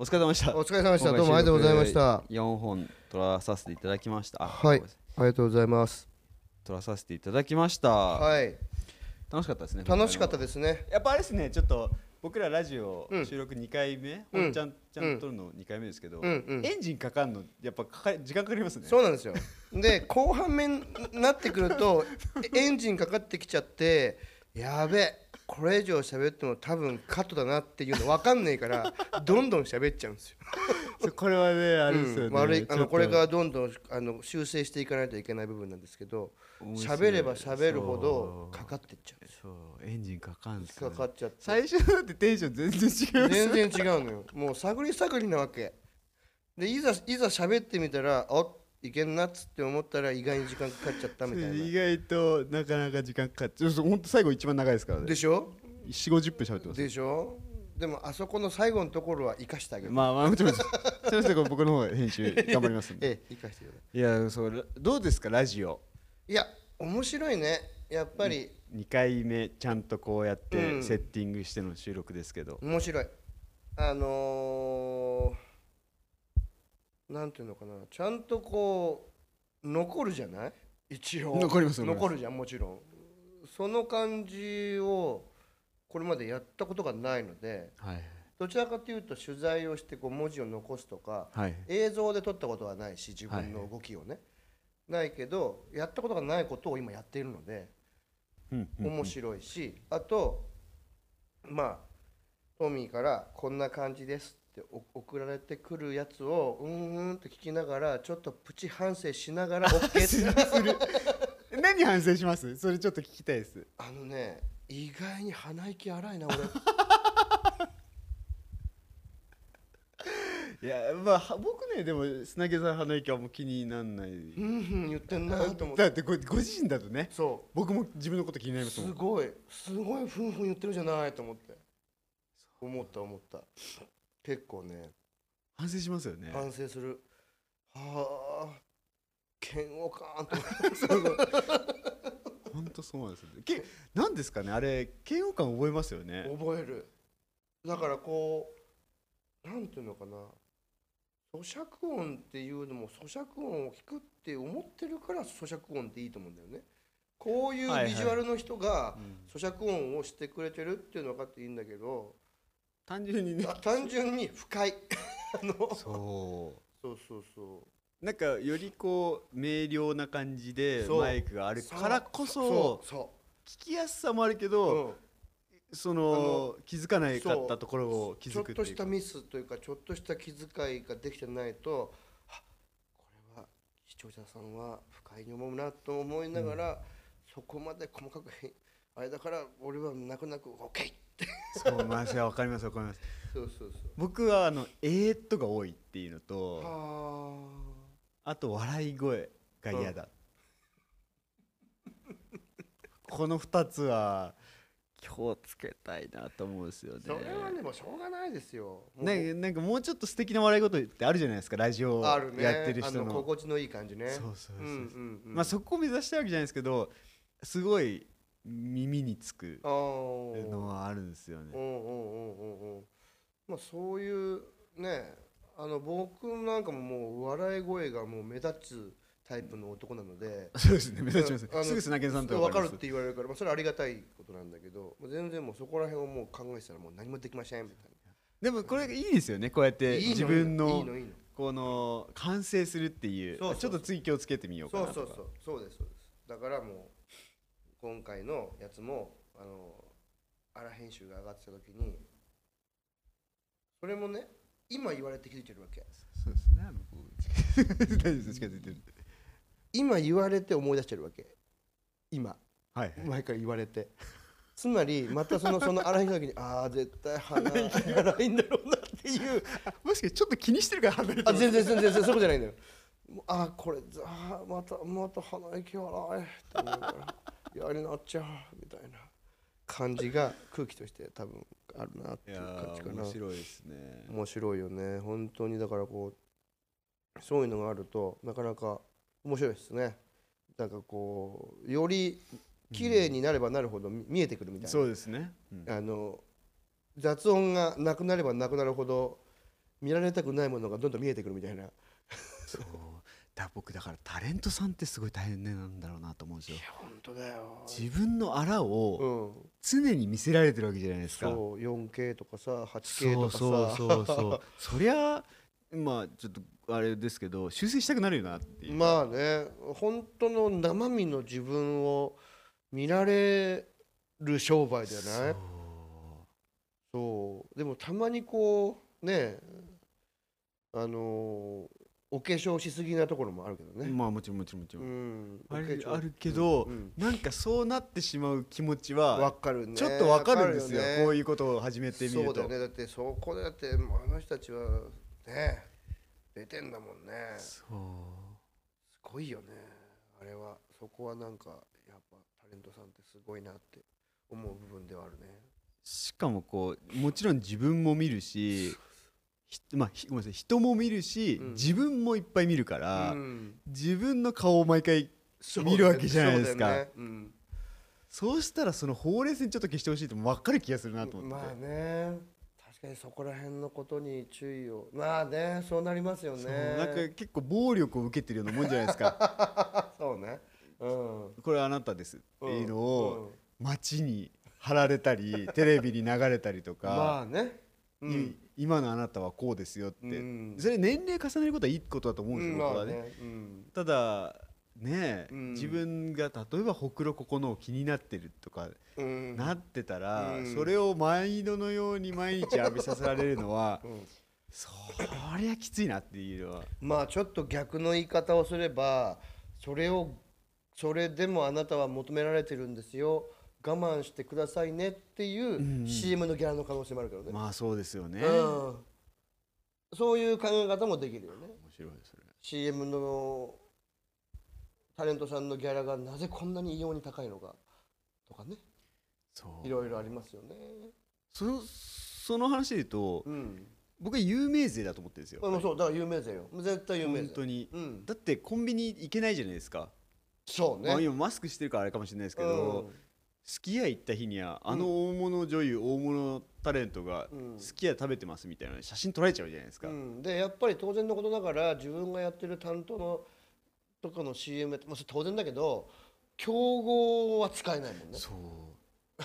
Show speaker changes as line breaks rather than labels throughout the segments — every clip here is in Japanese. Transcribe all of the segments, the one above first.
お疲れ様でした
お疲れ様でしたどうもありがとうございました
4本撮らさせていただきましたあ
はい
ごめんなさ
ありがとうございます
撮らさせていただきました、
はい
楽しかったですね
楽しかった
で
ですね
すやっぱあれですねちょっと僕らラジオ
うん
収録2回目、
うん
本ちゃんちゃんと撮るの2回目ですけど、
うんうん
エンジンかかんのやっぱかか時間かかりますね
そうなんですよで後半面になってくるとエンジンかかってきちゃってやべえこれ以上喋っても多分カットだなっていうの分かんない からどんどん喋っちゃうんですよ
そうこれはねあれですよね、
うん悪いあ
ちょっ
の
と
これからどんどんあの修正していかないといけない部分なんですけど
面白い
喋れば喋るほど
そう
かかってっちゃうんです
そうエンジンかかんす、
よ
ね、
かかっちゃって
最初だってテンション全然違う
全然違うのよもう探り探りなわけでいざいざ喋ってみたらあいけんなっつって思ったら意外に時間かかっちゃったみたい
意
な
外となかなか時間かかってそうそうほんと最後一番長いですからね
でしょ
4 5 0分喋ってます
でしょでもあそこの最後のところは生かしてあげる、
まあまあもちろんですすいませんこれ僕の方が編 集頑張りますんで
ええ生かしてくださ
いやそうどうですかラジオ
いいや面白いねやっぱり
2回目ちゃんとこうやっ
う
て
ん
セッティングしての収録ですけど、
面白いあのー、なんていうのかなちゃんとこう残るじゃない一応
残ります残ります
残るじゃんもちろんその感じをこれまでやったことがないので
はい
どちらかというと取材をしてこう文字を残すとか
はい
映像で撮ったことはないし自分の動きをね、ないけどやったことがないことを今やっているので
うんうん
面白いし、あとまあトミーから「こんな感じです」ってお送られてくるやつをうーんって聞きながらちょっとプチ反省しな がら OK って
何反省しますそれちょっと聞きたいです
あのね意外に鼻息荒いな俺
いやまあは僕ねでも砂毛さん鼻息はもう気になんない
うんうん言ってんなと思って
だってこれご自身だとね
そ
僕も自分のこと気にな
う
ります
す
もん
ごいすごいふんふん言ってるじゃないと思って思った思った結構ね
反省しますよね
反省するはあ嫌悪感と
本当そうなんですよけなんですかねあれ嫌悪感覚えますよね
覚えるだからこうなんていうのかな咀嚼音っていうのも咀嚼音を聞くって思ってるから咀嚼音っていいと思うんだよねこうい
はいは
う
い
ビジュアルの人が
うん
咀嚼音をしてくれてるっていうのは分かっていいんだけど
単純にね
た単純に不快あの
そ
そうそうそう
うなんかよりこう明瞭な感じで
そう
マイクがあるからこ
そ
そう
そ
聞きやすさもあるけ
う
ど、
うん
そ
の
の気づかないかっ
そ
た
う
ところを気づくっ
ち
て
ょっと
い
し
う
た
か
ミスというかちょっとした気遣いができてないとあこれは視聴者さんは不快に思うなと思いながら、そこまで細かく変あれだから俺は泣く泣く OK
そうまあそれはわかりますわかります
そうそうそう
僕はあのえー、っとが多いっていうのと
は
あと笑い声が嫌だ、この2つは今日つけたいなと思うんですよね
あそれはでもうしょうがないですよもう
なんかなんかもうちょっと素敵な笑い事ってあるじゃないですかラジオ
あるね
やってる人の
あの心地のいい感じね
そうそうそうそう
うんうんうん
まあ、そこを目指したいわけじゃないですけどすごい耳につく
あー
のはあるんですよ
う
ね。
んうんうんうんうんまあそういうねあの僕なんかももう笑い声がもう目立つタイプの男な ので
そうですね目立ちます
あの
すぐ砂犬さんと
分
分
か
か
る
る
っ
んです
て言われるから、まあ、それはありがたいことなんだけどもう全然もうそこら辺をもう考えてたらもう何もできませんみたい
でもこれいいですよねこうやって
ないい
自分
い
の
いのいいの
この完成するっていう
そうそう
ちょっと次気をつけてみようか
そ
な
う
とか
そうそうそうですそうですだからもう今回のやつもあの荒編集が上がってた時にそれもね今言われて気づいてるわけ
そうですねあのこう大丈夫です近づいてる
今言われて思い出してるわけ今
はい
前から言われてつまりまたそのその荒井の時にああ絶対鼻荒いんだろうなっていう
もしかしてちょっと気にしてるから離れて
あ
ます
全然全然全然そういうことじゃないんだよもうああこれあーまたまた鼻息荒いって思うからやりなっちゃうみたいな感じが空気として多分あるなって
い
いう
や
感じか
ー
な
面白いですね
面白いよね本当にだからこうそういうのがあるとなかなか面白いですねなんかこうより綺麗になればなるほど見見えてくるみたいな、
そうですね、うん
あの雑音がなくなればなくなるほど見られたくないものがどんどん見えてくるみたいな
そうだ僕だからタレントさんってすごい大変なんだろうなと思うんですよ
本当だよ
自分のあらを
うん
常に見せられてるわけじゃないですか、
そう 4K とかさ
そ
8K と
う
かさ
そうそうそうそりゃまあちょっとあれですけど修正したくなるよなっていう、
まあね本当の生身の自分を見られる商売じゃないそうでもたまにこうねあのーお化粧しすぎなところもあるけどね、
まあもちろんもちろんもちろ、
うんん、
あ
お
れ
化粧
あるけど、
うん
なんかそうなってしまう気持ちは
わかるね
ちょっとわかるんですよ
わか
こう
ね
いうことを始めてみると
そうだよねだってそこでだってもうあの人たちはね出てんだもんねす
そう
ごいよねあれはそこはなんかやっぱタレントさんってすごいなって思う部分ではあるね
しかもこうもちろん自分も見るしひまあ、ひごめんなさい人も見るし、
うん
自分もいっぱい見るから、
うん
自分の顔を毎回
そう
見るわけじゃないですか
そうだよねうん
そうしたらそのほうれい線ちょっと消してほしいって分かる気がするなと思って、
まあね確かにそこら辺のことに注意をまあねそうなりますよね
そうなんか結構暴力を受けてるようなもんじゃないです か
そうねうん
これあなたですって
うん
いうのを街に貼られたりテレビに流れたりと
うんま
か、
あねうん
い今のあなたはこうですよって、
うん
それ年齢重ねることはいいことだと思うんですよ、
ま
僕
あ
はね。
ねうん
ただねえ、
うん
自分が例えばほくろここのを気になってるとか
うん
なってたら、
うん
それを毎度のように毎日浴びさせられるのは
うん
そりゃきついなっていうのは
まあちょっと逆の言い方をすればそれをそれでもあなたは求められてるんですよ我慢してくださいねって
んう
い
ん
う CM のギャラの可能性もあるからね、
まあそうですよね。
うんそういう考え方もできるよね
面白いですね
CM のタレントさんのギャラがなぜこんなに異様に高いのかとかね
そう
いろいろありますよね
そその話で言うと
うん
僕は有名税だと思ってるんですよ。
まあもうそうだから有名税よ絶対有名税
本当に、
うん
だってコンビニ行けないじゃないですか、
そうね
まあ、今マスクしてるからあれかもしれないですけど、すき家行った日にはあの大物女優、大物タレントが
うん
すき家食べてますみたいな写真撮られちゃうじゃないですか、
うん、でやっぱり当然のことだから自分がやってる担当のとかの CM やって、まあ、それ当然だけど競合は使えないもんね
そう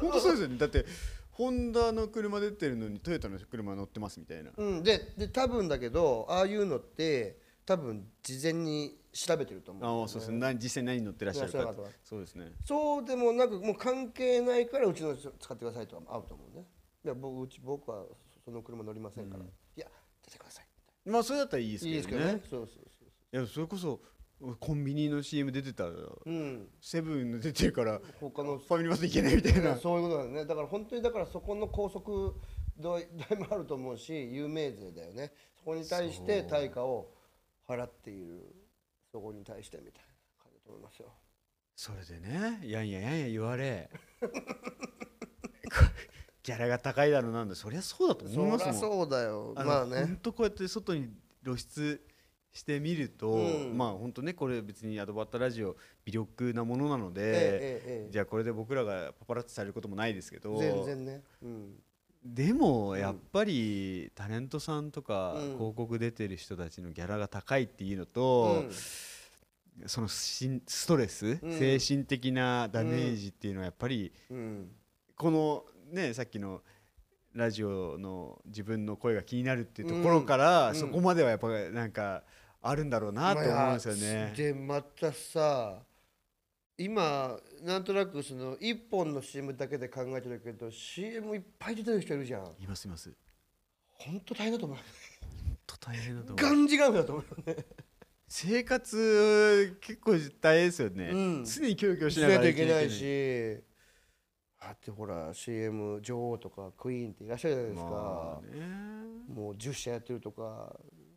本当そうですよねだってホンダの車出てるのにトヨタの車乗ってますみたいな
うん、でで多分だけどああいうのって多分事前に調べてると思うんだよ
ああそうですねな実際何乗ってらっしゃる
いら
か
っしゃるかと
そうですね
そうでもなくもう関係ないからうちの使ってくださいとは合うと思うねいや僕うち僕はその車乗りませんから、いや出てください
まあそれだったらいいです
いいです
け
け
ど
ど
ね
ねそうそうそう
いやそれこそコンビニの CM 出てたら
そううん
セブンの出てるから
他の
ファミリーマス行けないみたいな
そういうことだよねだから本当にだからそこの拘束度 合い度合いもあると思うし有名税だよねそこに対して対価を払っているそこに対してみたいな感じだと思いますよ
それでねやんややんや言われギャラが高いだろうなんだそりゃそうだと思いますもん
そりゃそうだよ
あの
まあ
ほ
ね
んとこうやって外に露出してみると、
うん
まあほんとねこれ別にアドバッタラジオ微力なものなので、
ええええええ
じゃあこれで僕らがパパラッチされることもないですけど
全然ねうん
でもやっぱりタレントさんとか
うん
広告出てる人たちのギャラが高いっていうの
う
と、
ん
そのしんストレス、
うん
精神的なダメージっていうのはやっぱり
うん
このねさっきのラジオの自分の声が気になるっていうところから、
うん
そこまではやっぱなんかあるんだろうなと思うんですよね。
でまたさ今なんとなくその一本の CM だけで考えてるけど CM いっぱい出てる人いるじゃん
いますいます。
本当大変だと思う
と大変だと思
ガ
う。
ンジガムだと思うよね
生活結構大変ですよね。
うん
常に協 力し
し
なが
な
ら生
きゃい
きて
け
い
ないしだってほら CM 女王とかクイーンっていらっしゃるじゃないですか、
まあね。
もう10社やってるとか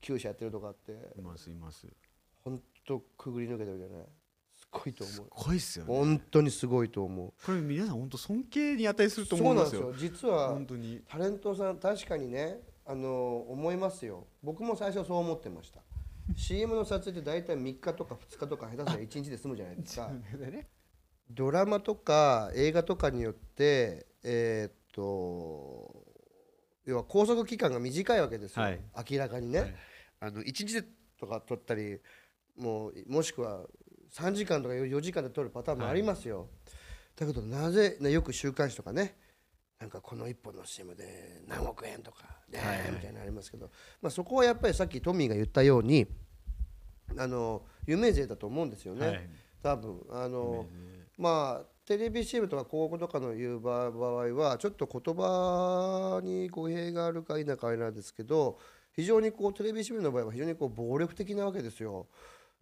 9社やってるとかって
いますいます。
ほんとくぐり抜けてるじゃないすごいと思う
怖いっすよね。
本当にすごいと思う
これ皆さん本当尊敬に値すると
そ
思
う
い
な
ま
んですす
よ。
よ実は
本当に。
タレントさん確かにねあの思いますよ僕も最初そう思ってました CM の撮影って大体3日とか2日とか下手すりゃ1日で済むじゃないですかドラマとか映画とかによってえーっと要は拘束期間が短いわけですよ、
はい
明らかにね、
はい
あの1日とか取ったりもうもしくは3時間とか4時間で取るパターンもありますよ、だけどなぜ、ね、よく週刊誌とかねなんかこの1本の CM で何億円とかね、
はいはい
みたいなのありますけど、まあ、そこはやっぱりさっきトミーが言ったようにあの有名税だと思うんですよね、
はい
多分あの、まあテレビ CM とか広告とかの言う場合はちょっと言葉に語弊があるか否かあれなんですけど非常にこうテレビ CM の場合は非常にこう暴力的なわけですよ。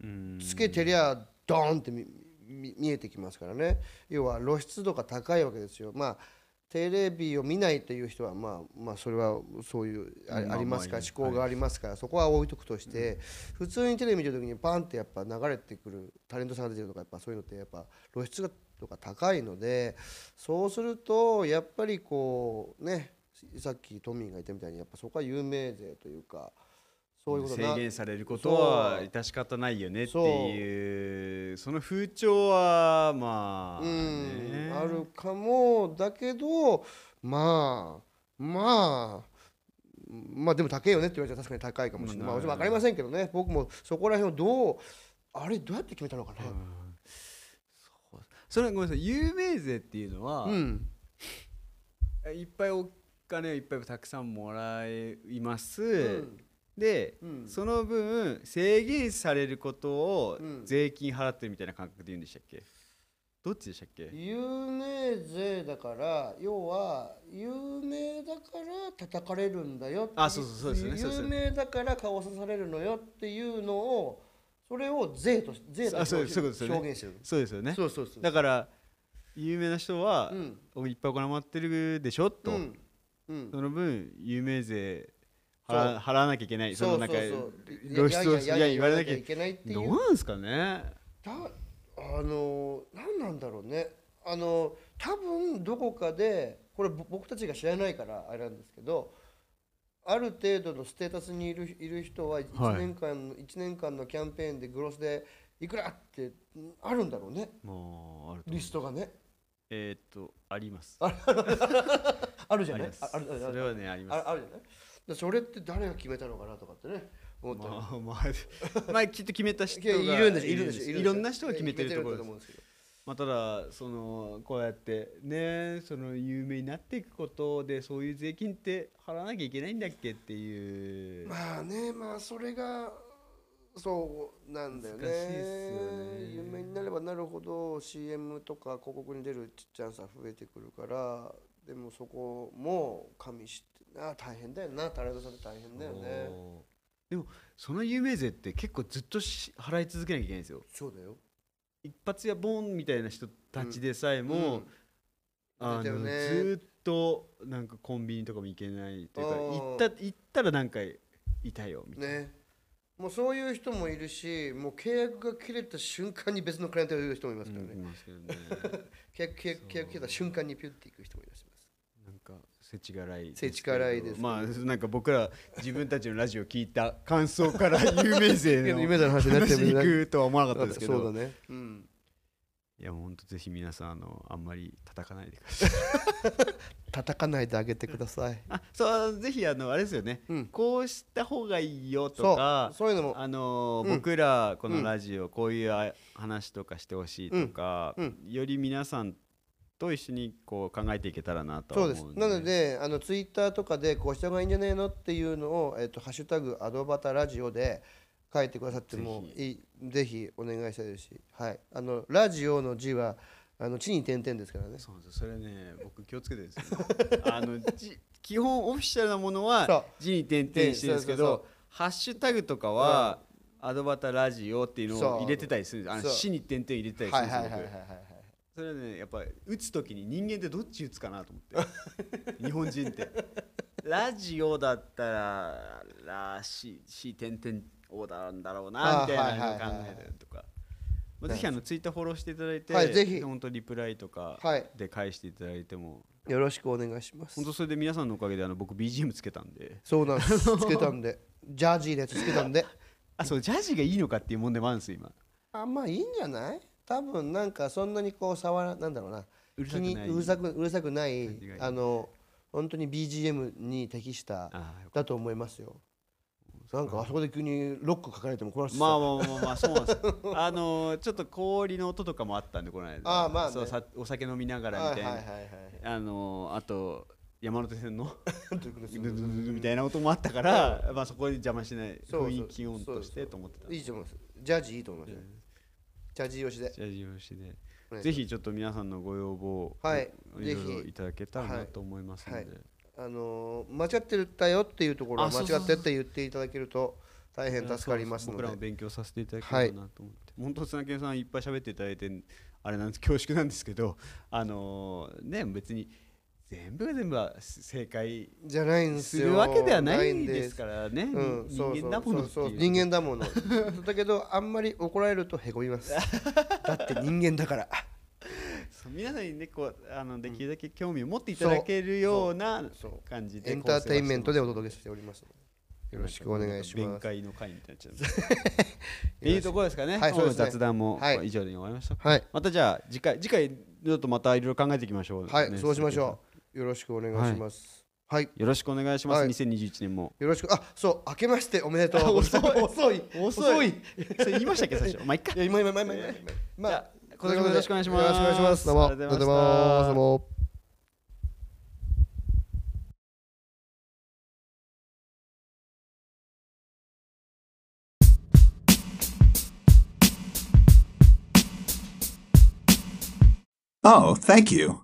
うん
つけてりゃドーンってみみ見えてきますからね要は露出度が高いわけですよまあテレビを見ないという人はまあまあそれはそういうあ,、
うんまあ
あります
ま
から
あいい
思考がありますから、そこは置いとくとして、普通にテレビ見てる時にパンってやっぱ流れてくるタレントさんが出てるとかやっぱそういうのってやっぱ露出度が高いのでそうするとやっぱりこうねさっきトミーが言ったみたいにやっぱそこは有名税というかそういうことな
制限されることは
そう
致し方ないよねって
そう
いうその風潮はまあ、
う
ね
ん、あるかもだけどまあまあまあでも高いよねって言われたら確かに高いかもしれ
う
ない、
ん
まあ、分かりませんけどね僕もそこら辺をどうあれどうやって決めたのかな、
うんそうそれごめんなさい有名税っていうのは、
うん
いっぱいお金をいっぱいたくさんもらいます、
うん
で、
うん
その分制限されることを
うん
税金払ってるみたいな感覚で言うんでしたっけどっちでしたっけ
有名税だから要は有名だから叩かれるんだよってい
あそうそうそうですよねそうです
有
よ
名だから顔さされるのよっていうのをそれを税とし税と
あ
して
そうそういうことですよね
表現してる
そうですよね
そうそうそう
だから有名な人は
う、ん
おいっぱいお金もらってるでしょと、
うんうん
その分有名税
そ
払払わなきゃいけないそのなんか露出をいや
やや
言われなきゃ
いけないってい
どう
う
なんですかね
だあの何なんだろうねあの多分どこかでこれぼ僕たちが知らないからあれなんですけどある程度のステータスにいるいる人は1年間の、一年間のキャンペーンでグロスでいくらってんあるんだろうね
もうあると思う
リストがね
えーっとあります
あるじゃな
あり
い
ます
ああるあるあ
それ
る
はねあり
あ
ます
るあるじゃないだそれって誰が決めたのかなとかってね思ったり
まあまあまあきっと決めた人
いや
が
いるんですいるんです
いろんな人が決めてるところで
決め
す
思うんですけど
まあただそのこうやってねその有名になっていくことでそういう税金って払わなきゃいけないんだっけっていう
まあねまあそれがそうなんだよね
難しいっすよね
有名になればなるほど CM とか広告に出るチャンスは増えてくるからでもそこも加味してな大変だよなタレントさんって大変だよね
おーでもその有名税って結構ずっとし払い続けなきゃいけないんですよ
そうだよ
一発やボンみたいな人たちでさえも、
うん
あの
出
ず
てるね
ーっとなんかコンビニとかも行けないというか
あー
行った行ったらなんかいたよみたいな、
ねもうそういう人もいるしもう契約が切れた瞬間に別のクライアントがいる人もいます
う
か
ん
ら
い
ね、
ますけどね
契約契約
そう
契約切れた瞬間にピュッていく人もいらっしゃいます
なんか世知辛い
世知辛いですね
まあなんか僕ら自分たちのラジオ聞いた感想から有名税 の
有名税の話になっちゃう
話に行 くとは思わなかったですけど
そうだねうん
いやもう本当ぜひ皆さんあのあんまり叩かないでください
叩かないであげてください
あそうぜひあのあれですよね、
うん
こうした方がいいよと
そ
か
うそういうのも
あのー
うん
僕らこのラジオこういうあ話とかしてほしいとか、
うん
より皆さんと一緒にこう考えていけたらなとは
そ
思
う
う
ですなのであのツイッターとかでこうした方がいいんじゃねえのっていうのを「えっとハッシュタグアドバタラジオ」で書いてくださってもいいぜひお願いしたいですし、はい、あのラジオの字はあの地に点々ですからね
そうなんですよそれ ね僕気をつけてるんですよ、あのじ基本オフィシャルなものは
そう
字に点々してるんですけど
そうそう
ハッシュタグとかは、アドバタラジオっていうのを入れてたりするんですあ
そ
の
う
死に点々入れてたりす
は
る
い
んです
は
よ、
いはいはい
僕
はいはい
それはねやっぱり打つ時に人間ってどっち打つかなと思って 日本人ってラジオだったら「らし」「し」「てんてん」「お」なんだろうなみ
あー
たいな
はいはいはい
の
は
考
い
えたりとか。まあ、ぜひあのツイッターフォローしていただいて、
はいぜひ
本当リプライとか
はい
で返していただいても、
よろしくお願いします
本当それで皆さんのおかげであの僕 BGM つけたんで
そうなんですつけた んでジャージーのやつつけたんで
あそうジャージがいいのかっていう問題もあるんですよ今
あまあいいんじゃない多分なんかそんなにこう触らなんだろうな
うるさくないう
るさくうるさくない
感じがいい
あの本当に BGM に適した
ああよかっ
だと思いますよなんかあそこで急にロック書かれても困る
た
し
まあ
さ
まあまあまあそうなんですよあのちょっと氷の音とかもあったんでこの間
ああまあね
そうさお酒飲みながら
は
みた
い
いな、
はいはいはい
あのあと山手線 の
なんていうことです
ズ
よ
ズズズみたいな音もあったから、まあ、そこに邪魔しない
そうそう
雰囲気音とし
そうそ
て
う
と思ってたん
い
で
いと思いますジャージいいと思います
うん
ジャージ用紙で
じゃあ自分してね
お願いします
ぜひちょっと皆さんのご要望を
はい
いろいろ
ぜひ
いただけたら
は
ないと思いますの
はい
で、
あのー間違ってるったよっていうところは
あ
間
そうそう
違
そ
っ
う
てって言っていただけると大変助かりますの
僕らも
で
勉強させていただければなと思って、本当砂犬さんいっぱい喋っていただいてあれなんです恐縮なんですけどあのーね別に全部が全部は正解
じゃないんです
す
よ
るわけではない
ん
んですすからね、
うん、
人
そうそう
間だものって
そうそう
いう
人間だもの だけどあんまり怒られるとへこみます だって人間だから
そう皆さんにねこうあのできるだけ興味を持っていただけるような
そうそう
感じで
エンターテインメントでお
け
届けしておりますよろしくお願いし
弁
ます
解の会みたいになっちゃうっていうところですかね、
はいそうで
今
すね
日の雑談も
はい
以上で終わりました、
はい
またじゃあ次回次回ちょっとまたいろいろ考えていきましょう、
はい、
ね
そうしましょうよろしくお願いしますはい、
よろしくお願いします、
はい
2021年も
よろしくあそう明けましておめ でとう
遅い
遅い
遅いそれ言いましたっけ最初まあいっか
いや今今今今今今ま
じゃあ今年もよろしくお願いします
よろしくお願いしますどうも
ありがとうございました
ありがとうございますどうも
Oh, thank you.